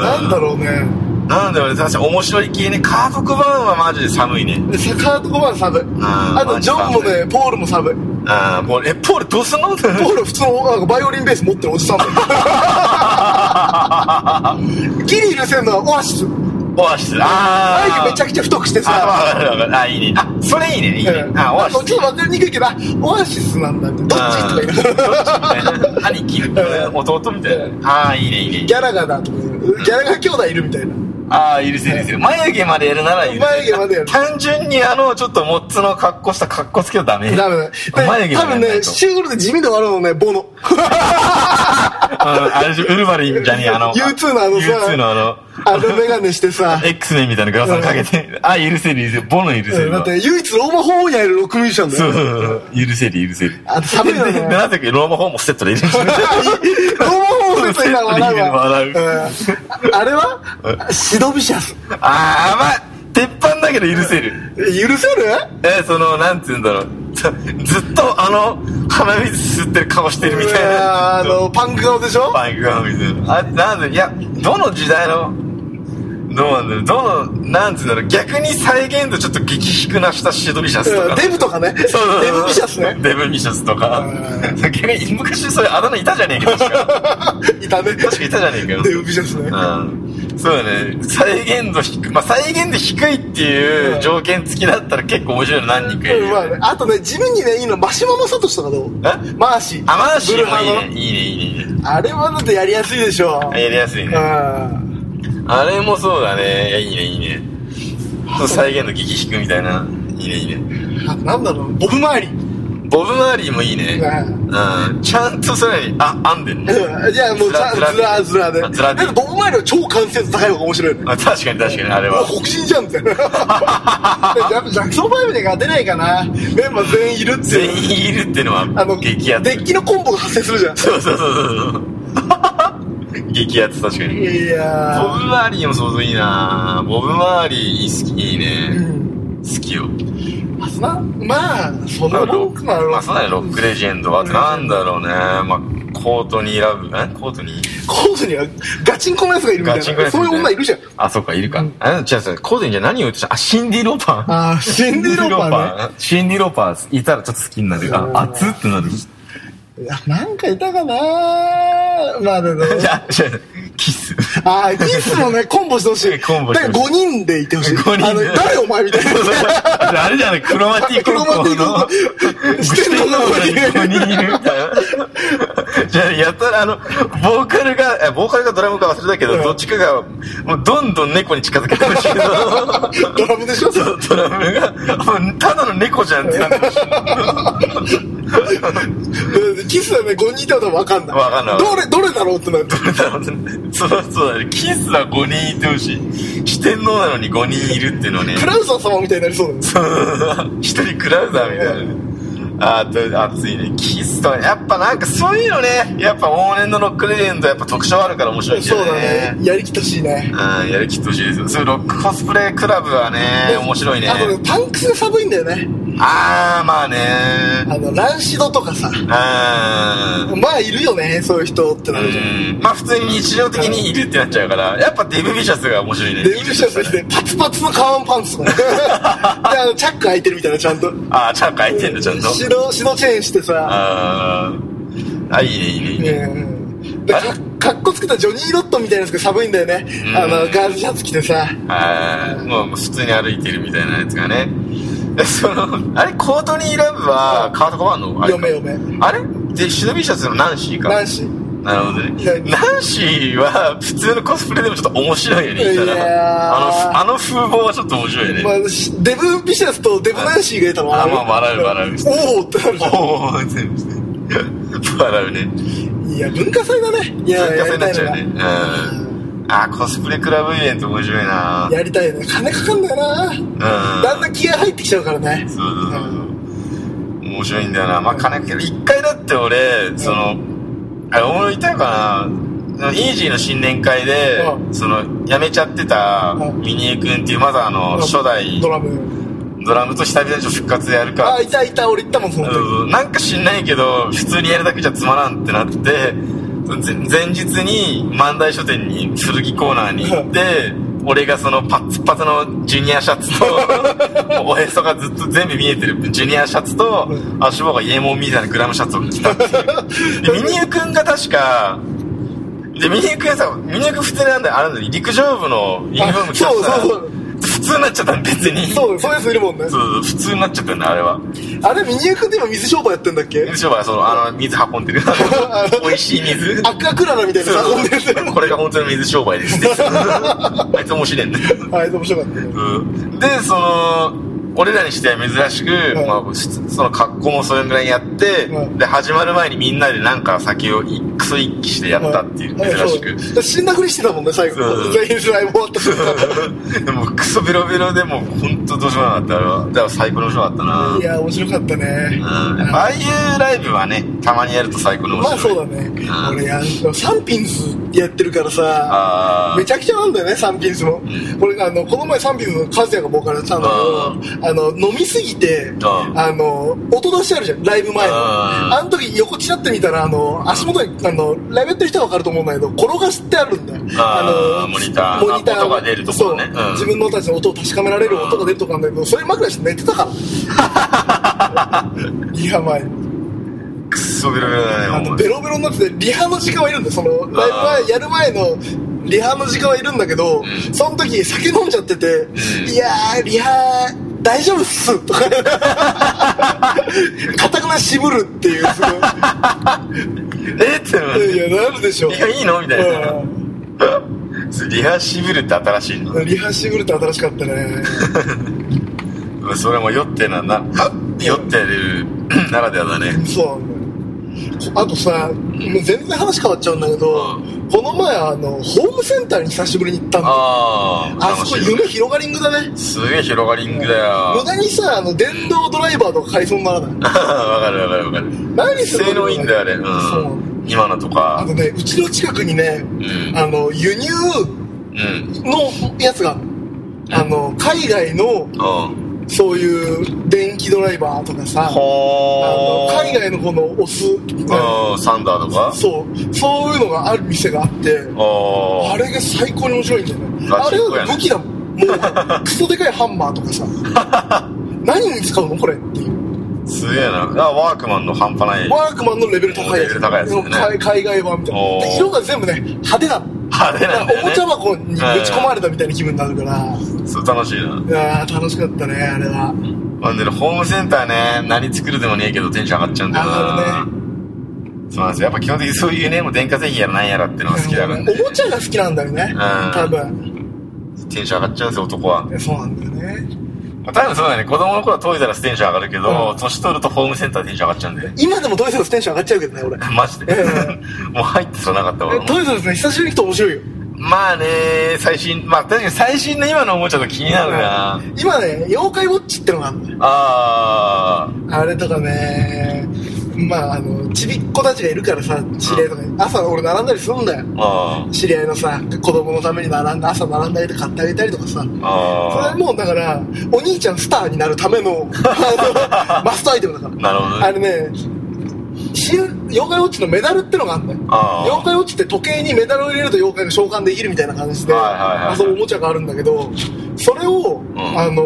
S2: なんだ
S1: ろ
S2: ろうね
S1: う。なんだろうね、確かに面白い系ね。家族版はマジで寒いね。
S2: でセカード5番サブ
S1: ん
S2: あとジョンもねポールもサブ
S1: あー、もう、え、ポールどうすんの
S2: ポール普通のなんかバイオリンベース持ってるおじさんだよギリ許せんのはオアシス
S1: オアシス。あー。
S2: 眉毛めちゃくちゃ太くして
S1: あ、わ
S2: さ
S1: かるわかる。あ、いいね。あ、それいいね。いいね
S2: う。ん
S1: あ、オアシ
S2: あ
S1: ス
S2: の。ちょっと分かりにくいけどあオアシスなんだどっちとか言う
S1: 兄貴みたいな弟みたいなああいいねいいね
S2: ギャラガーだとか言うギャラガー兄弟いるみたいな
S1: ああ許せる許せる眉毛までやるなら許せる
S2: 眉毛までやる
S1: 単純にあのちょっとモッツの格好した格好つけはダメ
S2: ダメだね
S1: 眉毛
S2: で
S1: ま
S2: 多
S1: でや
S2: 分
S1: んない
S2: ね
S1: と
S2: シングルで地味で笑うのねボノ
S1: うんあれウルヴァリンじゃねえあの
S2: U2 のあのさ
S1: U2 のあの
S2: あのメガネしてさ
S1: X メンみたいなグラサンかけてああ許せる許せるボノ許
S2: う
S1: せ
S2: ん
S1: る
S2: だ
S1: わ
S2: って唯一ローマ法王やるロックミュージシャンだ
S1: そ
S2: よ
S1: う許せる許せる
S2: あ寒いよね
S1: ででなぜかローマ法もセットでいるんですよ
S2: ローマ法王の人今笑うわ
S1: 笑う
S2: うんああれはシドビシャス
S1: ああまあ鉄板だけど許せる
S2: 許せる
S1: えーそのなんて言うんだろうずずっとあの鼻水吸ってる顔してるみたい
S2: いや
S1: な
S2: あのパンク顔でしょ
S1: バイクが水あなんでいやどの時代のどうなんだろうどう、なんつうんだろう、逆に再現度ちょっと激低なしたシドリシャスとか。
S2: デブとかね。デ
S1: そうそうそう
S2: ブビシャスね。
S1: デブミシャスとか
S2: う。
S1: 逆に昔そういうあだ名いたじゃねえか、確か。
S2: いたね。
S1: 確かいたじゃねえかよ。
S2: デブビシャスね。
S1: うんそうだね。再現度低い。まあ、再現度低いっていう条件付きだったら結構面白いの何人かいるよ
S2: うん
S1: ね
S2: まあね、あとね、自分にね、いいの、マシママサトシとかどう
S1: え
S2: マーシー。
S1: あ、マーシ
S2: ブル
S1: ーも
S2: ハ
S1: いい
S2: の
S1: ね。いいね、いいね、いいね。
S2: あれはだってやりやすいでしょ。
S1: あやりやすいね。
S2: うん。
S1: あれもそうだね。いやいいね、いいね。そう再現度激低みたいな。いいね、いいね。
S2: あなんだろう、ボブ周り。
S1: ボブマーリーもいいね。
S2: うん
S1: うん。ちゃんとそれに、あ、編んでんね。
S2: うんいや、もう、
S1: ずら
S2: ずらずらで。
S1: ずらで
S2: だってボブ周りは超完成度高い方が面白いよね。
S1: あ確かに確かに、あれ
S2: うわ
S1: は。
S2: 黒人じゃんみ たいな。やっぱジャクソン5で勝てないかな。メンバー全員いるって
S1: 全
S2: いう。
S1: 員いるっての
S2: あ
S1: は
S2: の、、
S1: 激ア
S2: デ
S1: ツ
S2: ッ。キのコンボが発生するじゃん。
S1: そうそうそうそう そう。激アツ、確かに。
S2: いや
S1: ボブ・マーリーも想像いいなボブ・マーリー好きいい
S2: ー。う
S1: ね、
S2: ん。
S1: 好きよ
S2: ま、まあ、そん
S1: ま
S2: な
S1: あ
S2: も
S1: ロ
S2: ん
S1: ッ
S2: か
S1: ク、
S2: な。
S1: まあ、そうだねロックレジェンドあとなんだろうねまあコートニー・ラブえコートニー
S2: コースにはガチンコのやつがいるみたい
S1: ガ
S2: な。
S1: チンコのやつ
S2: そういう女いるじゃん。
S1: あそっかいるか、あ違う違うコートニーじゃ何を言ってたあシンディ・ローパン
S2: ああ、シンディローパーね。
S1: ーねシンディ・ローパーいたらちょっと好きになるあ熱ってなる
S2: いや、なんかいたかなまあでも。
S1: じゃあじゃあキス
S2: ああ、キスもね、コンボしてほしい。
S1: コンボして
S2: だ
S1: ほし
S2: か
S1: い
S2: ら5人でいてほしい。
S1: 5人で
S2: あの、誰お前みたいな。
S1: あれじゃないクロマティック
S2: 黒幕
S1: の
S2: のしてんのが
S1: 5人いるみたいな。じゃあ、やったら、あの、ボーカルが、えボーカルかドラムか忘れたけど、どっちかが、もうどんどん猫に近づけてほしいけど、
S2: ドラムでしょそ
S1: そうドラムが、もうただの猫じゃんってなってほしい
S2: れキスはね、5人いたら多分わかんない。
S1: わかんない
S2: どれ、どれだろうってなって。
S1: そうそうだね。キスは5人いてほしい。四天王なのに5人いるっていうのはね、
S2: クラウソン様みたいになりそうだね。
S1: 一人クラウザーみたいなね。あと、熱いね。キスとは、やっぱなんかそういうのね、やっぱ往年のロックレジェンドやっぱ特徴あるから面白いんだ
S2: そ
S1: よ
S2: うだね。やりきってほしいね。
S1: うん、やるきってほしいですよ。そういうロックコスプレクラブはね、面白いね。
S2: あとね、パンクスが寒いんだよね。
S1: あー、まあね。
S2: あの、ランシドとかさ。
S1: う
S2: まあ、いるよね、そういう人ってなるじゃん。
S1: ん。まあ普通に日常的にいるってなっちゃうから、やっぱデブビシャスが面白いね。
S2: デビューしたとして、パツパツのカーンパンツ とかね。で、あの、チャック開いてるみたいな、ちゃんと。
S1: あー、ちゃんと開いてんだ、ちゃんと。
S2: 白、白チェーンしてさ。
S1: あー、あ、いいね、いいね、いいね。
S2: うんでかかっこつけたジョニー・ロットみたいなやつが寒いんだよね。
S1: ん
S2: あの、ガールシャツ着てさ。
S1: あーもう普通に歩いてるみたいなやつがね。 えその、あれ、コートニーラブは、カートコバーンのあれか
S2: 嫁嫁。
S1: あれで、シドビシャスのナンシーか。
S2: ナンシー。
S1: なるほどね。
S2: い
S1: ナンシーは普通のコスプレでもちょっと面白いよね、
S2: いやー
S1: いたら。あの、あの風貌はちょっと面白いよね。
S2: まあ、しデブ・ビシャスとデブ・ナンシーがいたら
S1: あまあ笑う笑う
S2: おおってなるじゃ
S1: おお、全部。笑うね。
S2: んいや、文化祭だね。いや、
S1: 文化祭になっちゃうね。
S2: やり
S1: うん。あー、コスプレクラブイベント面白いな
S2: やりたいね。金かかんだよな。
S1: うん。
S2: だんだん気合入ってきちゃうからね。
S1: そうそうそうそう。面白いんだよな。まあ、金かけど、一回だって俺、その、あれ、俺いたのかなイージーの新年会で、
S2: うん
S1: その、辞めちゃってた
S2: うん
S1: ミニエ君っていう、まだあの、初代
S2: ドラム。
S1: ドラムと下火で復活でやる
S2: あ、
S1: か。
S2: いたいた、俺行ったもん、その時。
S1: うんなんか知んないけど、普通にやるだけじゃつまらんってなって、前前日に漫才書店に古着コーナーに行って、俺がそのパッツパツのジュニアシャツと、 おへそがずっと全部見えてるジュニアシャツと、足棒がイエモンみたいなグラムシャツを着たっ ていう。で、ミニユくんが確か、で、ミニユくんさ、ミニユくん普通なんだよ、あれなんだよ陸上部のユニフォーム着たら
S2: あそうそう
S1: 普通になっちゃったの別に。そう
S2: そう、そういうやついるもんね。
S1: そう普通になっちゃったんだ、あれは。
S2: あれ、ミニエ君って今水商売やってんだっけ
S1: 水商売はその、あの、水運ん でる。美味しい水。
S2: アクアクララみたいなさ、本です
S1: これが本当の水商売ですね。あいつ面白いんだよ。
S2: あいつ面白かったね。
S1: うんで、その、俺らにしては珍しく、
S2: ん
S1: まあ、普通その格好もそれぐらいやって、
S2: うん
S1: で、始まる前にみんなでなんか酒をいクソ一気してやったっていう、珍しく。
S2: く。死んだふりしてたもんね、最後
S1: そう。
S2: 全員スライム終わった瞬間。
S1: でもクソベロベロでもう本当どうしようもなかったあれは。だから最高に面白かったない
S2: や、面白かったね。
S1: うん、やっぱああいうライブはね、たまにやると最高の面
S2: ま
S1: 白
S2: あ
S1: い。
S2: そうだね。俺、あの、サンピンスやってるからさ、
S1: あー
S2: めちゃくちゃなんだよね、サンピンスも。俺、あの、この前サンピンスのカズヤがボーカルやってたんだけど、あの、飲みすぎて、
S1: ん
S2: あの、音出しあるじゃん、ライブ前の。
S1: うん
S2: あの時横ちらってみたら、あの、足元に、あの、ライブやってる人はわかると思うんだけど、転がしてあるんだよ。
S1: あー
S2: の、
S1: モニター
S2: モニターを
S1: 音が出るところね
S2: そう
S1: うん
S2: 自分のたちの音を確かめられる音が出るとこなんだけど、それ枕して寝てたか ら。リハ前。
S1: くっそベロベロだね
S2: あ
S1: お
S2: の
S1: 前
S2: ベロベロになっててリハの時間はいるんだよそのライブはやる前のリハの時間はいるんだけど、
S1: ん
S2: その時酒飲んじゃってて「いやーリハ大丈夫っす」 とか「かたくな渋る」っていうす
S1: えっってな
S2: ごいい
S1: る
S2: やいやなるでしょ
S1: リハいいのみたいなそうリハシブルって新しいの
S2: うんリハ渋るって新しかった ね
S1: それも酔ってなな酔ってる ならではだね
S2: そうなんだよあとさもう全然話変わっちゃうんだけど、この前あのホームセンターに久しぶりに行ったんだよ
S1: ああ
S2: あそこ夢広がりングだね
S1: すげえ広がりングだよ
S2: 無
S1: わ
S2: 駄にさあの電動ドライバーとか買いそうにならない
S1: か るわかるわかる
S2: 何する
S1: 性能いいんだよあれ
S2: そう
S1: うん今のと
S2: あ
S1: か
S2: のねうちの近くにね
S1: うん
S2: あの輸入
S1: うん
S2: のやつがあの海外の
S1: うん
S2: そういう電気ドライバーとかさあの
S1: ほー
S2: 海外のこのお酢
S1: うんサンダーとか
S2: そうそういうのがある店があって
S1: あ
S2: あれが最高に面白いんだよね
S1: ガ
S2: あ
S1: チ
S2: れ
S1: ンコや
S2: は
S1: ね
S2: 武器だもんもうクソでかいハンマーとかさ何に使うのこれっていう
S1: あ すげえなあワークマンの半端ない
S2: ワークマンのレベル高いや
S1: レベ
S2: つ
S1: ル高いやつだね
S2: 海海外版みたい
S1: お
S2: な
S1: ー
S2: で色が全部ね派手なの
S1: 派手なんだよ
S2: お
S1: ね
S2: もちゃ箱にぶち込まれたみたいな気分になるから、
S1: そう楽しいない
S2: やー楽しかったね、あれは。
S1: まあでもホームセンターね何作るでもねえけどテンション上がっちゃうんだよ
S2: 上が
S1: なそうなんですよやっぱ基本的にそういうねもう電化製品やらなんやらっていうのが好きだからね
S2: おもちゃが好きなんだよね、多分。
S1: テンション上がっちゃうんですよ男は
S2: そうなんだよね。
S1: まあ多分そうだね子供の頃はトイザらステンション上がるけど、
S2: うん
S1: 年取るとホームセンターテンション上がっちゃうんで
S2: 今でもトイザらステンション上がっちゃうけどね、俺。
S1: マジで、
S2: う
S1: もう入ってさなかったわ
S2: えトイザらスね、久しぶりに来て面白いよ。
S1: まあね最新まあ確かに最新の今のおもちゃと気になるな、
S2: 今ね、妖怪ウォッチってのがあるんだよ。
S1: あー
S2: あれとかね、まああの、ちびっ子たちがいるからさ、知り合いとかに、朝俺並んだりするんだよ。
S1: あー
S2: 知り合いのさ、子供のために並んだ、朝並んだりと買ってあげたりとかさ。それ
S1: あ
S2: はもうだから、お兄ちゃんスターになるための、 あのマストアイテムだから
S1: ー。なるほど
S2: あ
S1: ね
S2: れね、新妖怪ウォッチのメダルってのがあんだよ。
S1: あー
S2: 妖怪ウォッチって時計にメダルを入れると妖怪が召喚できるみたいな感じで、
S1: はいはいはいはい
S2: 遊ぶおもちゃがあるんだけど、それを、あの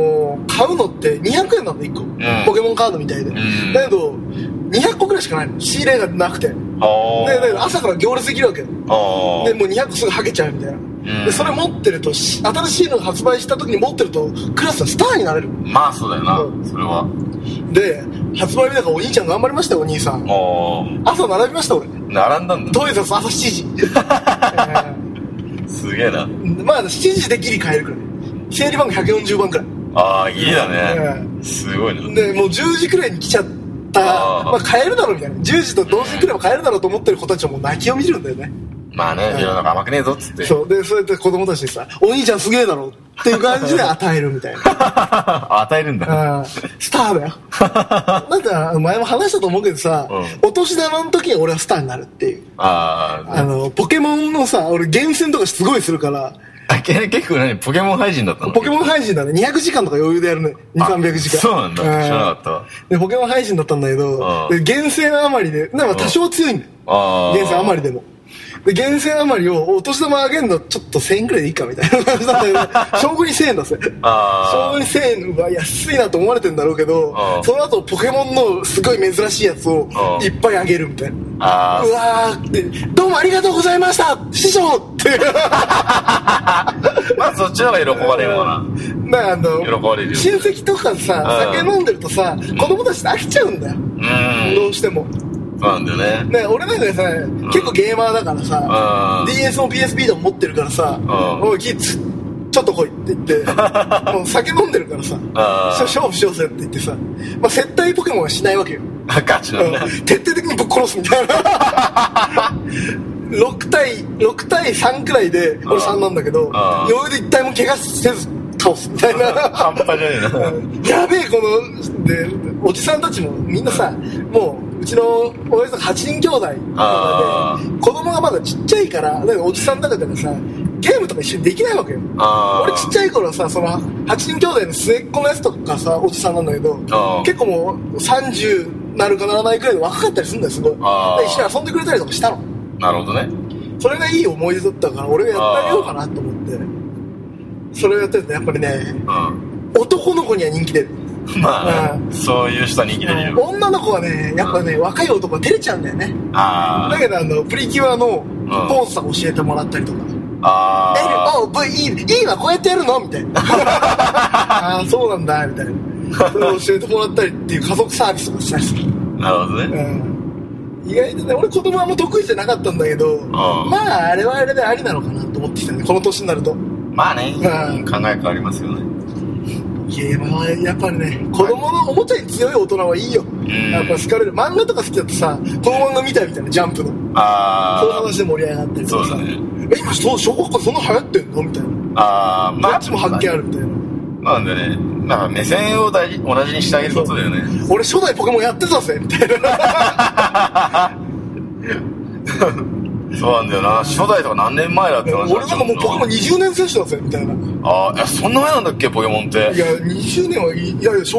S2: ー買うのって200円なんだ、1個、
S1: ん
S2: ポケモンカードみたいで。
S1: ん
S2: だけど、200個くらいしかないの。仕入れがなくて。で、
S1: あ
S2: だから朝から行列できるわけよ。
S1: ああ
S2: で、もう200個すぐはけちゃうみたいな。で、それ持ってると、し新しいのが発売した時に持ってると、クラスのスターになれる。
S1: まあそうだよな、
S2: うん
S1: それは
S2: で、発売日だからお兄ちゃん頑張りましたよ、お兄さん。
S1: あ
S2: 朝並びました、俺。
S1: あ並んだんだ
S2: トイザらス朝7時、 えー
S1: すげえな
S2: まあ7時でギリ帰るくらい整理番号140番くらい、
S1: ああいいだね、すごいな
S2: でもう10時くらいに来ちゃった
S1: あー
S2: まあ帰るだろうみたいな10時と同時くらいは帰るだろうと思ってる子たちはもう泣きを見てるんだよね
S1: まあね世の中甘くねえぞっつって
S2: そうでそれで子供たちにさ「お兄ちゃんすげえだろ」っていう感じで与えるみたいな
S1: 与えるんだ
S2: あースターだよ なんか前も話したと思うけどさ、
S1: うん
S2: お年玉の時に俺はスターになるっていう
S1: あー
S2: あのポケモンのさ俺厳選とかすごいするから
S1: あけ結構何ポケモン配信だったの
S2: ポケモン配信だね。200時間とか余裕でやるね。2、300時間。
S1: そうなんだ
S2: う
S1: 知らなかったわ
S2: で、ポケモン配信だったんだけど、
S1: う
S2: で
S1: ん
S2: 厳選あまりで、なんか多少強いんだよ。
S1: ああ
S2: 厳選あまりでも。で、厳選あまりをお年玉あげんのちょっと1000円くらいでいいかみたいな感じだった けど、正午に1000円出せ。正
S1: あ
S2: 午に1000円は安いなと思われてんだろうけど
S1: う、ん
S2: その後ポケモンのすごい珍しいやつを
S1: うん
S2: いっぱいあげるみたいな。
S1: ああ
S2: うわーって、どうもありがとうございました師匠って。
S1: あまあそっちの方が喜ばれるわな
S2: だからあの
S1: 喜ばれるよ
S2: 親戚とかさ
S1: うん
S2: 酒飲んでるとさ子供たちって飽きちゃうんだよ
S1: うん
S2: どうしても
S1: そうなんだよね
S2: ね俺なんかさ結構ゲーマーだからさ
S1: うん
S2: DS も PSP でも持ってるからさ「おいキッズちょっと来い」って言って もう酒飲んでるからさ
S1: あ
S2: 「勝負しようぜ」って言ってさまあ接待ポケモンはしないわけよ
S1: あガチなんだ
S2: うん徹底的にぶっ殺すみたいな6対6対3くらいで俺3なんだけど
S1: ん
S2: 余裕で1体も怪我せず倒すみたいな
S1: 半端じゃねえな
S2: やべえこのでおじさんたちもみんなさもううちの親父とか8人兄弟とか
S1: あ
S2: で子供がまだちっちゃいからだからおじさんだからさゲームとか一緒にできないわけよ。
S1: あー
S2: 俺ちっちゃい頃さ、その、8人兄弟の末っ子のやつとかさ、おじさんなんだけど
S1: あー、
S2: 結構もう30なるかならないくらいで若かったりするんだよ、すごい。で
S1: あー
S2: 一緒に遊んでくれたりとかしたの。
S1: なるほどね。
S2: それがいい思い出だったから、俺がやってあげようかなと思って、それをやってるとやっぱりね、
S1: うん。
S2: 男の子には人気出る。
S1: まあ
S2: う、ん
S1: そういう人に生きてるよ。
S2: 女の子はね、やっぱね、若い男は照れちゃうんだよね。
S1: あ
S2: だけど、あの、プリキュアのポーズさん教えてもらったりとか。
S1: あ。あ
S2: L
S1: あ。、
S2: O、V、E、E はこうやってやるのみたいな。ああ、そうなんだ、みたいな。それを教えてもらったりっていう家族サービスもしたりする。
S1: なるほどね。
S2: うん意外とね、俺子供はあんま得意じゃなかったんだけど、まあ、あれはあれでありなのかなと思ってきたね、この年になると。
S1: まあね、
S2: うん
S1: 考え変わりますよね。
S2: ゲームはやっぱりね、子供のおもちゃに強い大人はいいよ。
S1: ん
S2: やっぱ好かれる。漫画とか好きだとさ、この漫画見たみたいな、ジャンプの。そういう
S1: ああ。
S2: 話で盛り上がったりとかさ。
S1: そうだね
S2: え、今そう、小学校そんな流行ってんのみたいな。
S1: ああ、まあ。
S2: どっちも発見あるみたいな。
S1: なんだよね。なんか目線を大事同じにしてあげることだよね。
S2: 俺初代ポケモンやってたぜみたい な。
S1: そうなんだよな。初代とか何年前だって話
S2: 俺なんかもうポケモン20年選手だぜみたいな。い
S1: ああ、いや、そんな前なんだっけ、ポケモンって。
S2: や、20年はいいやいや、小、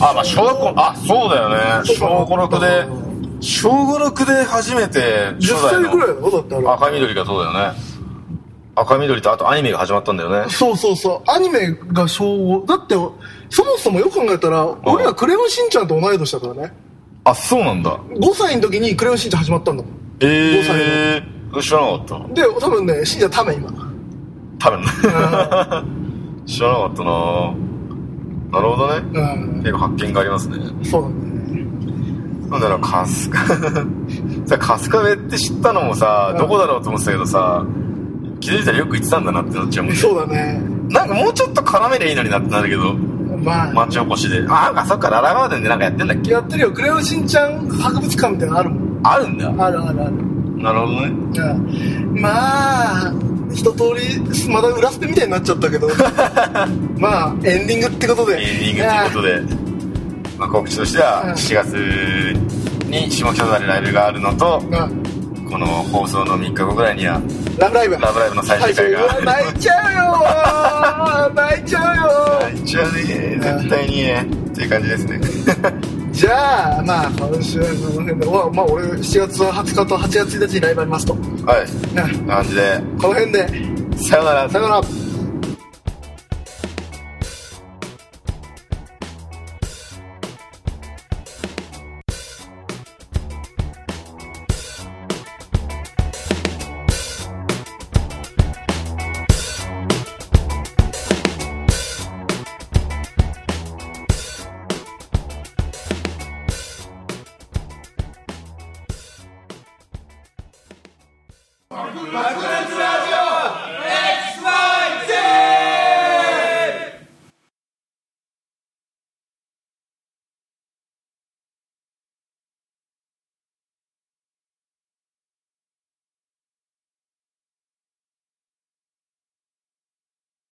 S1: あ、まあ、小学校、あ、そうだよね。
S2: そうか
S1: 小5、6で、小5、6で初めて、
S2: 10
S1: 初
S2: 歳
S1: 代
S2: ぐらい
S1: の
S2: だろだってあれ。
S1: 赤緑がそうだよね。赤緑とあとアニメが始まったんだよね。
S2: そうそうそう。アニメが小5。だって、そもそもよく考えたら、俺らクレヨンしんちゃんと同い年だからね。
S1: あ、そうなんだ。
S2: 5歳の時にクレヨンしんちゃん始まったんだもん。
S1: え
S2: 五歳
S1: えー。知らなかった。
S2: で、多分ね、しんちゃんため今。
S1: 多分ね。 知らなかったななるほどね。
S2: うん。
S1: 結構発見がありますね。
S2: そうだね。
S1: なんだろう、カスカ、 さ、カスカベって知ったのもさ、どこだろうと思ってたけどさ、気づいたらよく言ってたんだなってなっちゃうも んね。
S2: そうだね。
S1: なんかもうちょっと絡めりゃいいのになってなるけど、
S2: まあ、
S1: 町おこしで。あ、あそっか、ララガーデンでなんかやってんだっけ
S2: やってるよ。クレヨンしんちゃん博物館みたいなのあるもん。
S1: あるんだ。
S2: あるあるある。
S1: なるほどね。
S2: うんまあ、一通り、まだ裏捨てみたいになっちゃった けど、まあ、エンディングってことで。
S1: エンディングということで、 まあ、告知としては
S2: うん、
S1: 7月に下北沢でライブがあるのと、
S2: とで。
S1: この放送の3日後ぐらいには、
S2: ラブライブ。
S1: ラブライブの最
S2: 最
S1: 終
S2: 初
S1: 回
S2: う
S1: が
S2: わ泣いち ゃうよー泣いちゃうよ
S1: 泣いちゃうね絶対にね。っていう感じですね。
S2: じゃあ、まあ、今週はこの辺で、まあ、俺、7月20日と8月1日にライブありますと。うんこ
S1: はい。こんな感じで、
S2: の辺で、
S1: さよなら。
S2: さよなら。